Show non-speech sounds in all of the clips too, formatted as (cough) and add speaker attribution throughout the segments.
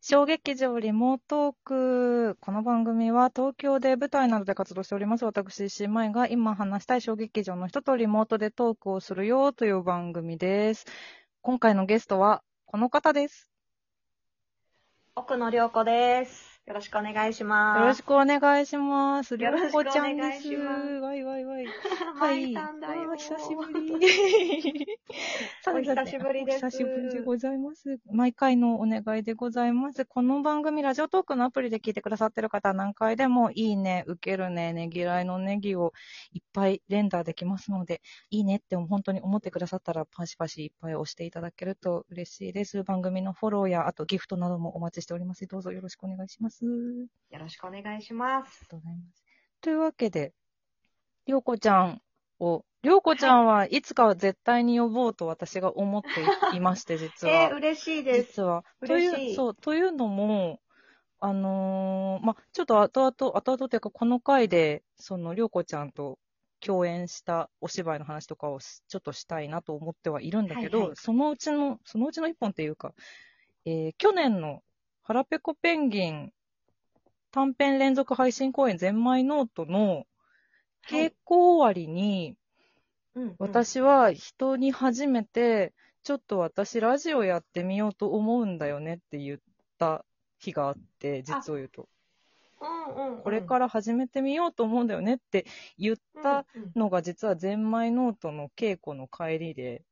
Speaker 1: 小劇場リモートーク。この番組は東京で舞台などで活動しております。私、石井舞が今話したい小劇場の人とリモートでトークをするよという番組です。今回のゲストはこの方です。
Speaker 2: 奥野涼子です。よろしくお願いします。
Speaker 1: よろしくお願いします。りょ
Speaker 2: よろ
Speaker 1: う
Speaker 2: しくお
Speaker 1: こ
Speaker 2: 願い
Speaker 1: ち
Speaker 2: し
Speaker 1: ゃ
Speaker 2: ます
Speaker 1: んです。わいわいわい。
Speaker 2: く。
Speaker 1: は。
Speaker 2: はいい。
Speaker 1: あ
Speaker 2: さんだよ
Speaker 1: ー久しぶり。
Speaker 2: お久しぶりです
Speaker 1: お久しぶりでございます。毎回のお願いでございます。この番組、ラジオトークのアプリで聞いてくださってる方は何回でも、いいね、受けるね、ねぎらいのネギをいっぱい連打できますので、いいねって本当に思ってくださったら、パシパシいっぱい押していただけると嬉しいです。番組のフォローや、あとギフトなどもお待ちしております。どうぞよろしくお願いします。
Speaker 2: よろしくお願いします
Speaker 1: ありが。とうございます。というわけで、りょうこちゃんを、りょうこちゃんはいつかは絶対に呼ぼうと私が思っていまして、実は。
Speaker 2: えー、嬉しいです。
Speaker 1: 実は。と
Speaker 2: 嬉しい
Speaker 1: いう、そう、というのも、あのーまあ、ちょっと後々、後々というか、この回で、その、りょうこちゃんと共演したお芝居の話とかをしちょっとしたいなと思ってはいるんだけど、
Speaker 2: はいはい
Speaker 1: そのうちの、そのうちの一本っていうか、えー去年の、腹ペコペンギン短編連続配信公演ゼンマイノートの
Speaker 2: はい
Speaker 1: 稽古終わりに、
Speaker 2: うんうん、
Speaker 1: 私は人に初めて、ちょっと私ラジオやってみようと思うんだよねって言った日があって、実を言うと。
Speaker 2: うんうんうん、
Speaker 1: これから始めてみようと思うんだよねって言った
Speaker 2: うんうん
Speaker 1: のが、実はゼンマイノートの稽古の帰りで、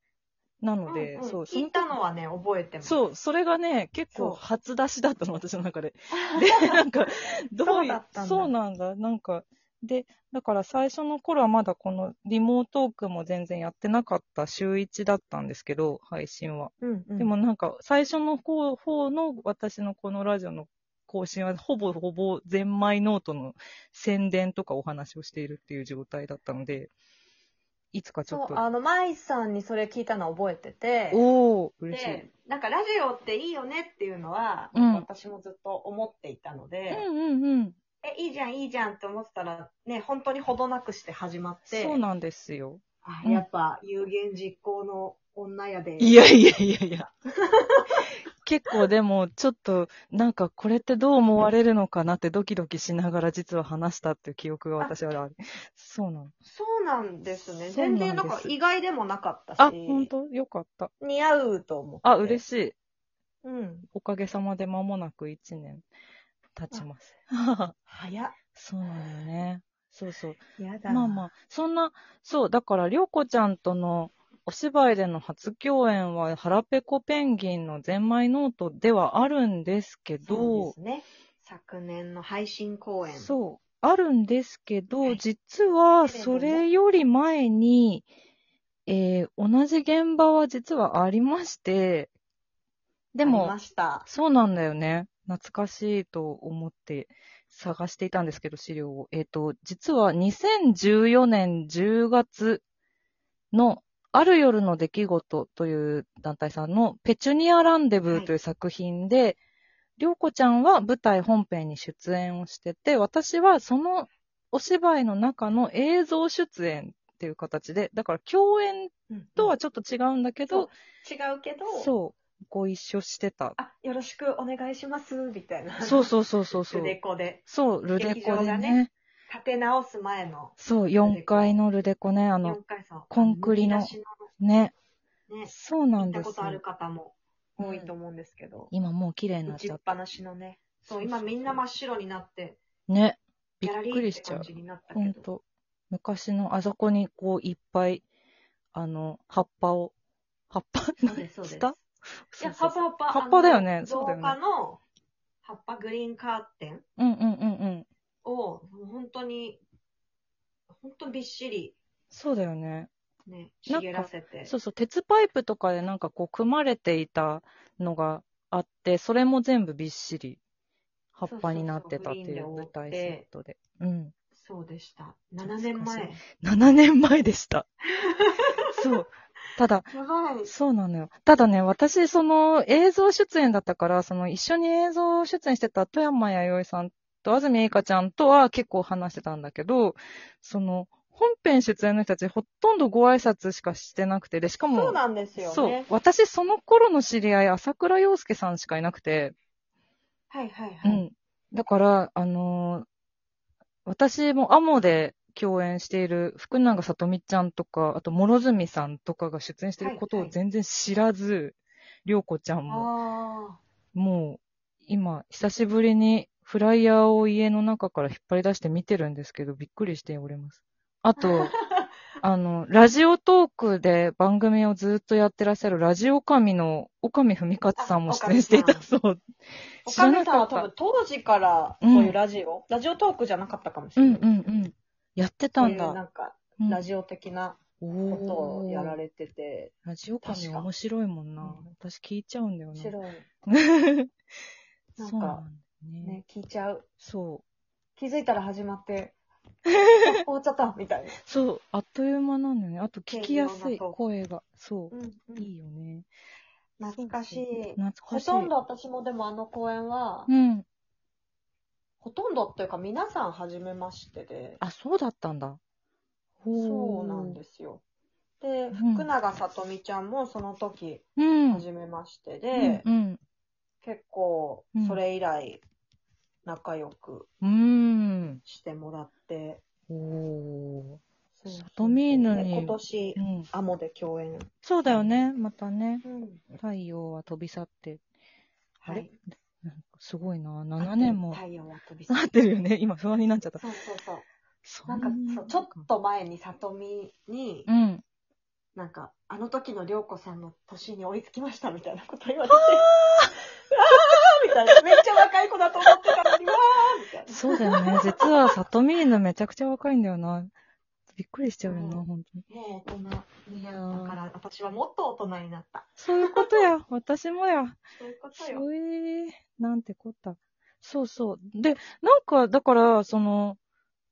Speaker 1: なので、
Speaker 2: うんうん
Speaker 1: そう、そ
Speaker 2: 聞
Speaker 1: の
Speaker 2: いたのはね、覚えてます。
Speaker 1: そう、それがね、結
Speaker 2: そ
Speaker 1: 構
Speaker 2: う
Speaker 1: 初出しだったの、私の中で。
Speaker 2: (laughs)
Speaker 1: で、なんか、どうい
Speaker 2: そうだ
Speaker 1: う
Speaker 2: っ、たんだ
Speaker 1: そうなんだ、なんか、で、だから最初の頃はまだこのリモートークも全然やってなかった週1だったんですけど、配信は。
Speaker 2: うんうん、
Speaker 1: でもなんか、最初の方方の私のこのラジオの更新は、ほぼほぼゼンマイノートの宣伝とかお話をしているっていう状態だったので、いつかちょ
Speaker 2: そ
Speaker 1: っ
Speaker 2: う、
Speaker 1: と、
Speaker 2: あの、舞さんにそれ聞いたの覚えてて、
Speaker 1: おー、嬉しい。
Speaker 2: で、なんかラジオっていいよねっていうのは、
Speaker 1: うん
Speaker 2: 私もずっと思っていたので、
Speaker 1: うんうんうん。
Speaker 2: え、いいじゃん、いいじゃんって思ってたら、ね、本当にほどなくして始まって、
Speaker 1: そうなんですよ。
Speaker 2: あ
Speaker 1: うん
Speaker 2: やっぱ有言実行の女やで。
Speaker 1: いやいやいやいや。結構でも、ちょっと、なんかこれってどう思われるのかなってドキドキしながら実は話したっていう記憶が私はある。そうなの。
Speaker 2: そうなんですね。
Speaker 1: そうなん
Speaker 2: 全
Speaker 1: です
Speaker 2: 然なんか意外でもなかったし、
Speaker 1: あ、本当よかった。
Speaker 2: 似合うと思って。
Speaker 1: あ、嬉
Speaker 2: しい。
Speaker 1: しい。
Speaker 2: うん。
Speaker 1: おかげさまで間もなく1年経ちます。
Speaker 2: 早っ。
Speaker 1: そうなのよね。そうそう。
Speaker 2: やだ。
Speaker 1: まあまあ、そんな、そう、だから、りょうこちゃんとのお芝居での初共演は、腹ペコペンギンのゼンマイノートではあるんですけど、
Speaker 2: そうですね。昨年の配信公演。
Speaker 1: そう。あるんですけ
Speaker 2: は
Speaker 1: ど、
Speaker 2: い
Speaker 1: 実は
Speaker 2: けれど
Speaker 1: そ
Speaker 2: も
Speaker 1: れより前に、えー同じ現場は実はありまして、で
Speaker 2: あり
Speaker 1: も
Speaker 2: ま、した。
Speaker 1: そうなんだよね。懐かしいと思って探していたんですけど、資料を。えっ、と、実は2014年10月のある夜の出来事という団体さんのペチュニアランデブーという作品で、りょうこちゃんは舞台本編に出演をしてて、私はそのお芝居の中の映像出演っていう形で、だから共演
Speaker 2: うん
Speaker 1: とはちょっと違うんだけ
Speaker 2: そ
Speaker 1: ど
Speaker 2: う、違うけど、う。
Speaker 1: そう、ご一緒してた。
Speaker 2: あ、よろしくお願いします、みたいな。
Speaker 1: そうそうそうそうそ
Speaker 2: ル
Speaker 1: う。
Speaker 2: デコで。
Speaker 1: そう、ルデコ
Speaker 2: 劇場
Speaker 1: で
Speaker 2: が
Speaker 1: ね
Speaker 2: ね。立て直す前の
Speaker 1: そう、
Speaker 2: コ
Speaker 1: 4階のルデコね。あの
Speaker 2: 4、回さん。
Speaker 1: コンクリの
Speaker 2: むき出し
Speaker 1: ね。
Speaker 2: のね、
Speaker 1: そうな
Speaker 2: 行
Speaker 1: ん
Speaker 2: っ
Speaker 1: で
Speaker 2: た
Speaker 1: す
Speaker 2: ことある
Speaker 1: よ。
Speaker 2: 方も多いと思うんですけど、
Speaker 1: 今もう綺麗にな
Speaker 2: 打
Speaker 1: っ
Speaker 2: ち
Speaker 1: ちゃ
Speaker 2: っ
Speaker 1: っ
Speaker 2: ぱなしのね。
Speaker 1: そう
Speaker 2: そう、
Speaker 1: そう
Speaker 2: 今みんな真っ白になって、
Speaker 1: た。ね。び
Speaker 2: ギ
Speaker 1: っ
Speaker 2: ャラリ
Speaker 1: く
Speaker 2: ー
Speaker 1: り
Speaker 2: っ
Speaker 1: してちゃ
Speaker 2: 感
Speaker 1: う。
Speaker 2: じになった
Speaker 1: ほ
Speaker 2: け
Speaker 1: ん
Speaker 2: ど。
Speaker 1: と。昔のあそこにこういっぱい、あの、葉っぱを、葉っぱ
Speaker 2: そうです、そうです。
Speaker 1: 下
Speaker 2: い
Speaker 1: そ
Speaker 2: や、
Speaker 1: うそ
Speaker 2: 葉
Speaker 1: う
Speaker 2: っ
Speaker 1: そう
Speaker 2: ぱ葉っぱ。
Speaker 1: 葉っぱだよね
Speaker 2: あの
Speaker 1: そうだよね
Speaker 2: 造花の葉っぱグリーンカーテン
Speaker 1: うんうんうんうん。
Speaker 2: を、もう本当に、本当びっしり、
Speaker 1: そうだよね。
Speaker 2: ね、
Speaker 1: なんか
Speaker 2: 茂らせて。
Speaker 1: そうそう、鉄パイプとかでなんかこう組まれていたのがあって、それも全部びっしり葉っぱになってたっていう舞台セットで。うん。
Speaker 2: そうでした。7年前。
Speaker 1: 7年前でした。そう。ただ、
Speaker 2: やばい。
Speaker 1: そうなのよ。ただね、私、その映像出演だったから、その一緒に映像出演してた富山弥生さんと安住栄香ちゃんとは結構話してたんだけど、その、本編出演の人たちほとんどご挨拶しかしてなくて、で、しかも、
Speaker 2: そうなんですよ
Speaker 1: そう
Speaker 2: ね。
Speaker 1: 私、その頃の知り合い、朝倉洋介さんしかいなくて、
Speaker 2: はいはいは
Speaker 1: う
Speaker 2: い。
Speaker 1: ん。だから、あのー私もアモで共演している福永さとみちゃんとか、あと諸角さんとかが出演していること
Speaker 2: はい
Speaker 1: を
Speaker 2: はい
Speaker 1: 全然知らず、りょうこちゃんも、
Speaker 2: あ
Speaker 1: もう今、久しぶりにフライヤーを家の中から引っ張り出して見てるんですけど、びっくりしております。あ
Speaker 2: (laughs)
Speaker 1: と、あの、ラジオトークで番組をずっとやってらっしゃるラジオ神の岡見文勝さんも
Speaker 2: あ
Speaker 1: 出演してい
Speaker 2: 岡
Speaker 1: た
Speaker 2: 見
Speaker 1: そう。
Speaker 2: あ。
Speaker 1: 知ら
Speaker 2: 岡
Speaker 1: な
Speaker 2: 部さん
Speaker 1: かっ
Speaker 2: は
Speaker 1: た
Speaker 2: 多分当時からそういうラジオ、ラジオトークじゃなかったかもし
Speaker 1: う
Speaker 2: れ
Speaker 1: ん
Speaker 2: ない。
Speaker 1: うんうん。やってた
Speaker 2: そうい
Speaker 1: ん
Speaker 2: う
Speaker 1: だ。
Speaker 2: なんか、
Speaker 1: うん
Speaker 2: ラジオ的なことをやられてて、
Speaker 1: おーラジオ
Speaker 2: 確
Speaker 1: 神
Speaker 2: か
Speaker 1: 面白いもんな。私聞いちゃうんだよな。
Speaker 2: 面白い。
Speaker 1: (laughs) そうなんだよね。
Speaker 2: ね、聞いちゃう。
Speaker 1: そう。
Speaker 2: 気づいたら始ま
Speaker 1: (laughs)
Speaker 2: って、あ終わっちゃった、みたいな。
Speaker 1: そう、あっという間なんだよね。あと聞きやすい
Speaker 2: 軽妙なトーク
Speaker 1: 声が。そうう。
Speaker 2: んうん
Speaker 1: いいよね。
Speaker 2: 懐かしい。
Speaker 1: 懐
Speaker 2: ほ
Speaker 1: かしい。
Speaker 2: とんど私もでもあの公演は、
Speaker 1: うん。
Speaker 2: ほとんどっていうか皆さん初めましてで、
Speaker 1: あ、そうだったんだ。ほ
Speaker 2: そうなん
Speaker 1: す。
Speaker 2: ですよ。で、
Speaker 1: うん
Speaker 2: 福永さとみちゃんもその時
Speaker 1: うん。
Speaker 2: 初めましてで、
Speaker 1: うん。
Speaker 2: 結構
Speaker 1: うん
Speaker 2: それ以来仲良く
Speaker 1: うん。
Speaker 2: してもらって、
Speaker 1: うん、おー。
Speaker 2: そうそうそう
Speaker 1: さとみーぬに
Speaker 2: で今年
Speaker 1: う、ん。
Speaker 2: アモで共演。
Speaker 1: そうだよね。またね。
Speaker 2: うん。
Speaker 1: 太陽は飛び去って。あ
Speaker 2: は
Speaker 1: れ
Speaker 2: い。
Speaker 1: なんかすごいな。7年も。
Speaker 2: 太陽は飛び去
Speaker 1: 合っ
Speaker 2: る。
Speaker 1: てるよね。今不安になっちゃった。
Speaker 2: そうそうそう。
Speaker 1: そ
Speaker 2: なんかそう、ちょっと前に里見に、
Speaker 1: うん。
Speaker 2: なんか、あの時の涼子さんの年に追いつきましたみたいなこと言われて、あーみたいな、めっちゃ若い子だと思ってたのに、わーみたいな。
Speaker 1: そうだよね。実は、さとみーのめちゃくちゃ若いんだよな。びっくりしちゃうよな、
Speaker 2: うん
Speaker 1: 本当に。 (laughs)
Speaker 2: もう大人になったか
Speaker 1: い
Speaker 2: ら、私はもっと大人になった。
Speaker 1: そういうことや。 (laughs) 私もや。
Speaker 2: そういうことよ。
Speaker 1: そうえー、なんてこった。そうそう。で、なんか、だから、その、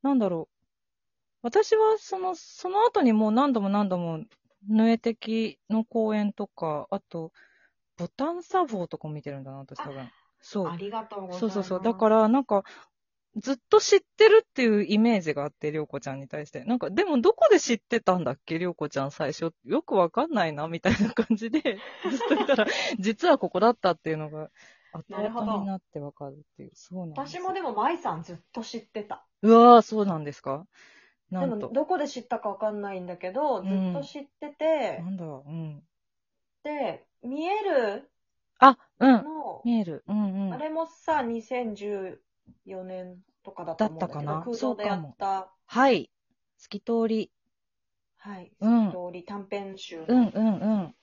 Speaker 1: なんだろう。私は、その、その後にもう何度も何度も、ぬえてきの公演とか、あと、ボタンサボーとかも見てるんだな、私多分。そう。
Speaker 2: ありがとうございます。、
Speaker 1: そうそうそう。だからら、なんか、ずっと知ってるっていうイメージがあって、りょうこちゃんに対して。なんか、でもどこで知ってたんだっけ、りょうこちゃん最初。よくわかんないな、みたいな感じ
Speaker 2: (laughs)
Speaker 1: で、ずっといたら、実はここだったっていうのが、後
Speaker 2: なるほど
Speaker 1: 々になってわかるっていう。そうなんです
Speaker 2: 私もでも、舞さんずっと知ってた。
Speaker 1: うわー、そうなんですかな
Speaker 2: で
Speaker 1: ん
Speaker 2: も、
Speaker 1: と。
Speaker 2: どこで知ったかわかんないんだけど、ずっと知ってて
Speaker 1: な、んだろう、うん。
Speaker 2: で、見える
Speaker 1: あ、うん。
Speaker 2: の、
Speaker 1: 見える。うんう
Speaker 2: あ
Speaker 1: ん。
Speaker 2: れもさ、2014年とかだと思うんだけ
Speaker 1: だ
Speaker 2: ど、
Speaker 1: ったかな
Speaker 2: 空洞でやった、
Speaker 1: はい。透き通り。
Speaker 2: はい、
Speaker 1: うん
Speaker 2: ストーリー短編集の、
Speaker 1: うんうんうん。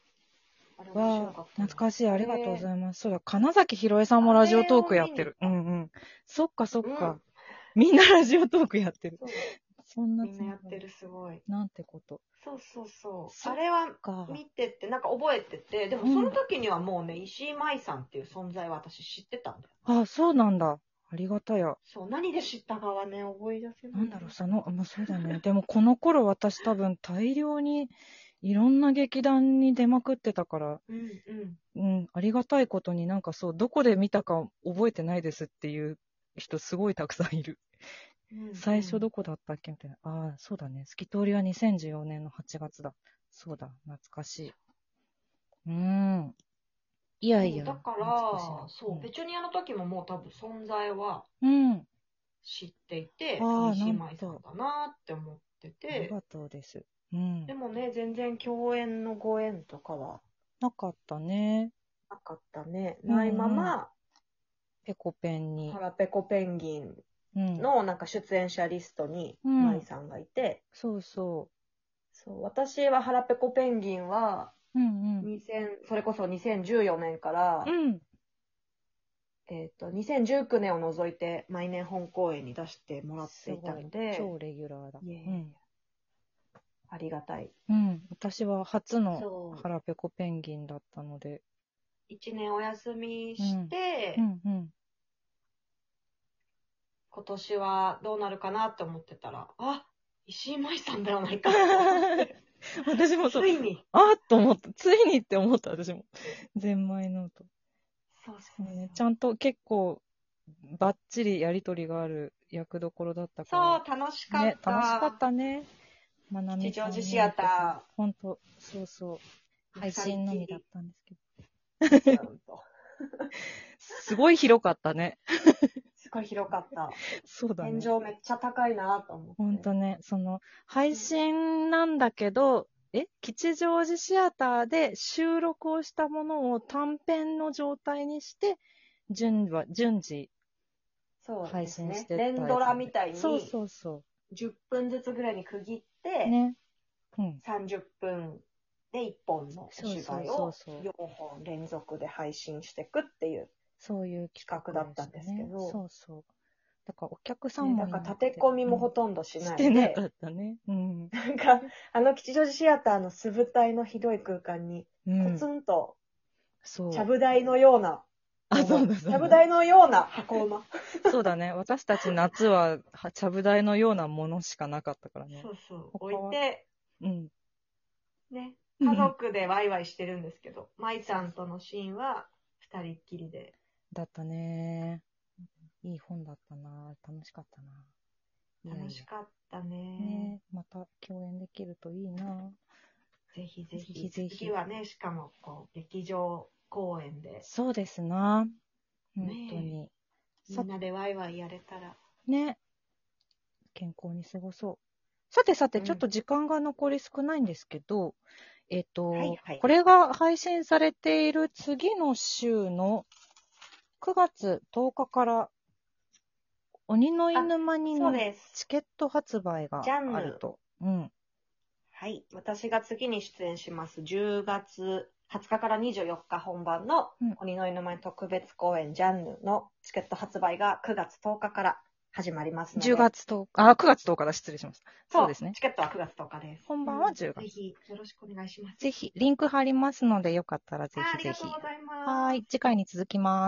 Speaker 2: あれ面白
Speaker 1: わ
Speaker 2: か
Speaker 1: あ
Speaker 2: っ、たな。
Speaker 1: 懐かしい。ありがとうございます。そうだ、金崎ひろえさんもラジオトークやってる。うんうん。そっかそっか。みんなラジオトークやってる。
Speaker 2: そう
Speaker 1: そんな
Speaker 2: みんなやってる、すごい。
Speaker 1: なんてこと。
Speaker 2: そうそうそ。
Speaker 1: そうっ
Speaker 2: あれは
Speaker 1: か。
Speaker 2: 見てて、なんか覚えてて、でも
Speaker 1: うん
Speaker 2: その時にはもうね、石井舞さんっていう存在は私知ってたんだよ。
Speaker 1: あ、そうなんだ。ありがたや。
Speaker 2: そう、何で知ったかはね、思い出せな。
Speaker 1: ないんだろう、その、まあ、そうだ
Speaker 2: (laughs)
Speaker 1: ね。でもこの頃私多分大量にいろんな劇団に出まくってたから、
Speaker 2: うんうん。
Speaker 1: うん、ありがたいことになんかそう、どこで見たか覚えてないですっていう人すごいたくさんいる。
Speaker 2: うんうん
Speaker 1: 最初どこだったっけみたいな。ああ、そうだね。透き通りは2014年の8月だ。そうだ、懐かしい。うーん。いやいや。
Speaker 2: そうだから
Speaker 1: 懐かしいな、
Speaker 2: そう、別にあの時ももう多分存在は
Speaker 1: うん。うん。
Speaker 2: 知っていて、
Speaker 1: あー
Speaker 2: 西
Speaker 1: な
Speaker 2: 舞
Speaker 1: ん
Speaker 2: さ
Speaker 1: と
Speaker 2: んだなって思って
Speaker 1: あり
Speaker 2: て、
Speaker 1: がとうです。うん
Speaker 2: で。もね、全然共演のご縁とかは
Speaker 1: なかったね。
Speaker 2: なかったね。
Speaker 1: うんうん
Speaker 2: ないまま、
Speaker 1: ペコペンに。
Speaker 2: 腹ペコペンギン
Speaker 1: うん。
Speaker 2: のなんか出演者リストに
Speaker 1: うん
Speaker 2: 舞さんがいて、
Speaker 1: そうそ
Speaker 2: そう私は腹ペコペンギンは
Speaker 1: う。うんうん。
Speaker 2: 2000、それこそ2014年から、
Speaker 1: うん。
Speaker 2: えっと2019年を除いて毎年本公演に出してもらっていたのです
Speaker 1: ごい超レギュラーだ。
Speaker 2: いえいえ
Speaker 1: うん。
Speaker 2: ありがたい。
Speaker 1: うん。私は初の
Speaker 2: そう
Speaker 1: 腹ペコペンギンだったので。
Speaker 2: 1年お休みして、
Speaker 1: うん (laughs) うん。
Speaker 2: 今年はどうなるかなって思ってたら、あ石井舞さんではないかって思って。
Speaker 1: 私も (laughs) そう
Speaker 2: つ。いに。
Speaker 1: あっと思った。ついにって思った、私も。ゼンマイノート。
Speaker 2: そうそうそう
Speaker 1: ね、ちゃんと結構、ばっちりやりとりがある役どころだったから。
Speaker 2: そう、楽しかった。
Speaker 1: ね、楽しかったね。まなみ
Speaker 2: 吉
Speaker 1: さん
Speaker 2: 祥寺シ
Speaker 1: (laughs)
Speaker 2: アタ
Speaker 1: ほんと、そうそう。配信のみだったんですけど。
Speaker 2: ー。
Speaker 1: すごい広かったね。
Speaker 2: すごい広かった。
Speaker 1: そうだね。
Speaker 2: 天井めっちゃ高いなと思って。
Speaker 1: ほんとね、その、配信なんだけど、え吉祥寺シアターで収録をしたものを短編の状態にして、順は、順次
Speaker 2: そうですね。
Speaker 1: 配信してったやつ
Speaker 2: 連ドラみたいに、
Speaker 1: そうそうそ
Speaker 2: 10分ずつぐらいに区切っ
Speaker 1: う。
Speaker 2: て、
Speaker 1: ね。うん。
Speaker 2: 30分で1本のお芝居
Speaker 1: そう
Speaker 2: を
Speaker 1: そうそうそう
Speaker 2: 4本連続で配信していくっていう。
Speaker 1: そういう企画
Speaker 2: 企画だったんですけ
Speaker 1: でし
Speaker 2: ど
Speaker 1: たねそうそう。だからお客さんも
Speaker 2: ねだ
Speaker 1: いなくて。
Speaker 2: から立て込みもほとんどし
Speaker 1: し
Speaker 2: ない
Speaker 1: て
Speaker 2: で、
Speaker 1: なかったね。うん。
Speaker 2: なんか、あの吉祥寺シアターの素舞台のひどい空間に、
Speaker 1: うん
Speaker 2: ポツンと、
Speaker 1: そう。
Speaker 2: ちゃぶ台のような、
Speaker 1: あ、そうだそう
Speaker 2: ちゃぶ
Speaker 1: だ。
Speaker 2: 台のような箱馬。
Speaker 1: そうだね。私たち夏は、はちゃぶ台のようなものしかなかったからね
Speaker 2: そ。うそう、
Speaker 1: 他
Speaker 2: 置い
Speaker 1: は
Speaker 2: て、
Speaker 1: うん。
Speaker 2: ね、家族でワイワイしてるんですけど、舞ちゃんとのシーンは二人っきりで、
Speaker 1: だったね。いい本だったな。楽しかったな。いやいや
Speaker 2: 楽しかった
Speaker 1: ね
Speaker 2: ね。
Speaker 1: えまた共演できるといいな。
Speaker 2: ぜひぜ
Speaker 1: ぜ
Speaker 2: ひ。
Speaker 1: ひぜひ
Speaker 2: 次はね、しかも、こう、劇場公演で、
Speaker 1: そうですな。本
Speaker 2: ねえ
Speaker 1: 当に。
Speaker 2: み
Speaker 1: さ
Speaker 2: んなでワイワイやれたら、
Speaker 1: ね。健康に過ごそう。さてさて、
Speaker 2: うん
Speaker 1: ちょっと時間が残り少ないんですけど、えっ、と、
Speaker 2: はいはい
Speaker 1: これが配信されている次の週の9月10日から、鬼の犬間に
Speaker 2: そ
Speaker 1: の
Speaker 2: うです。
Speaker 1: チケット発売が
Speaker 2: ジャンヌ
Speaker 1: あると。うん。
Speaker 2: はい。私が次に出演します、10月20日から24日本番の
Speaker 1: うん
Speaker 2: 鬼の犬前特別公演ジャンヌのチケット発売が9月10日から始まりますので。
Speaker 1: 10月10日、あ、9月10日だ、失礼しました。
Speaker 2: そう
Speaker 1: そうで
Speaker 2: ですす
Speaker 1: ね
Speaker 2: ね。チケットは9月10日です。
Speaker 1: 本番は10月
Speaker 2: ぜひ、よろしくお願いします。
Speaker 1: ぜひ、リンク貼りますので、よかったらぜ
Speaker 2: ああ
Speaker 1: ひ
Speaker 2: り
Speaker 1: ぜ
Speaker 2: がと
Speaker 1: ひ
Speaker 2: う。ございます。
Speaker 1: はーい、次回に続きます。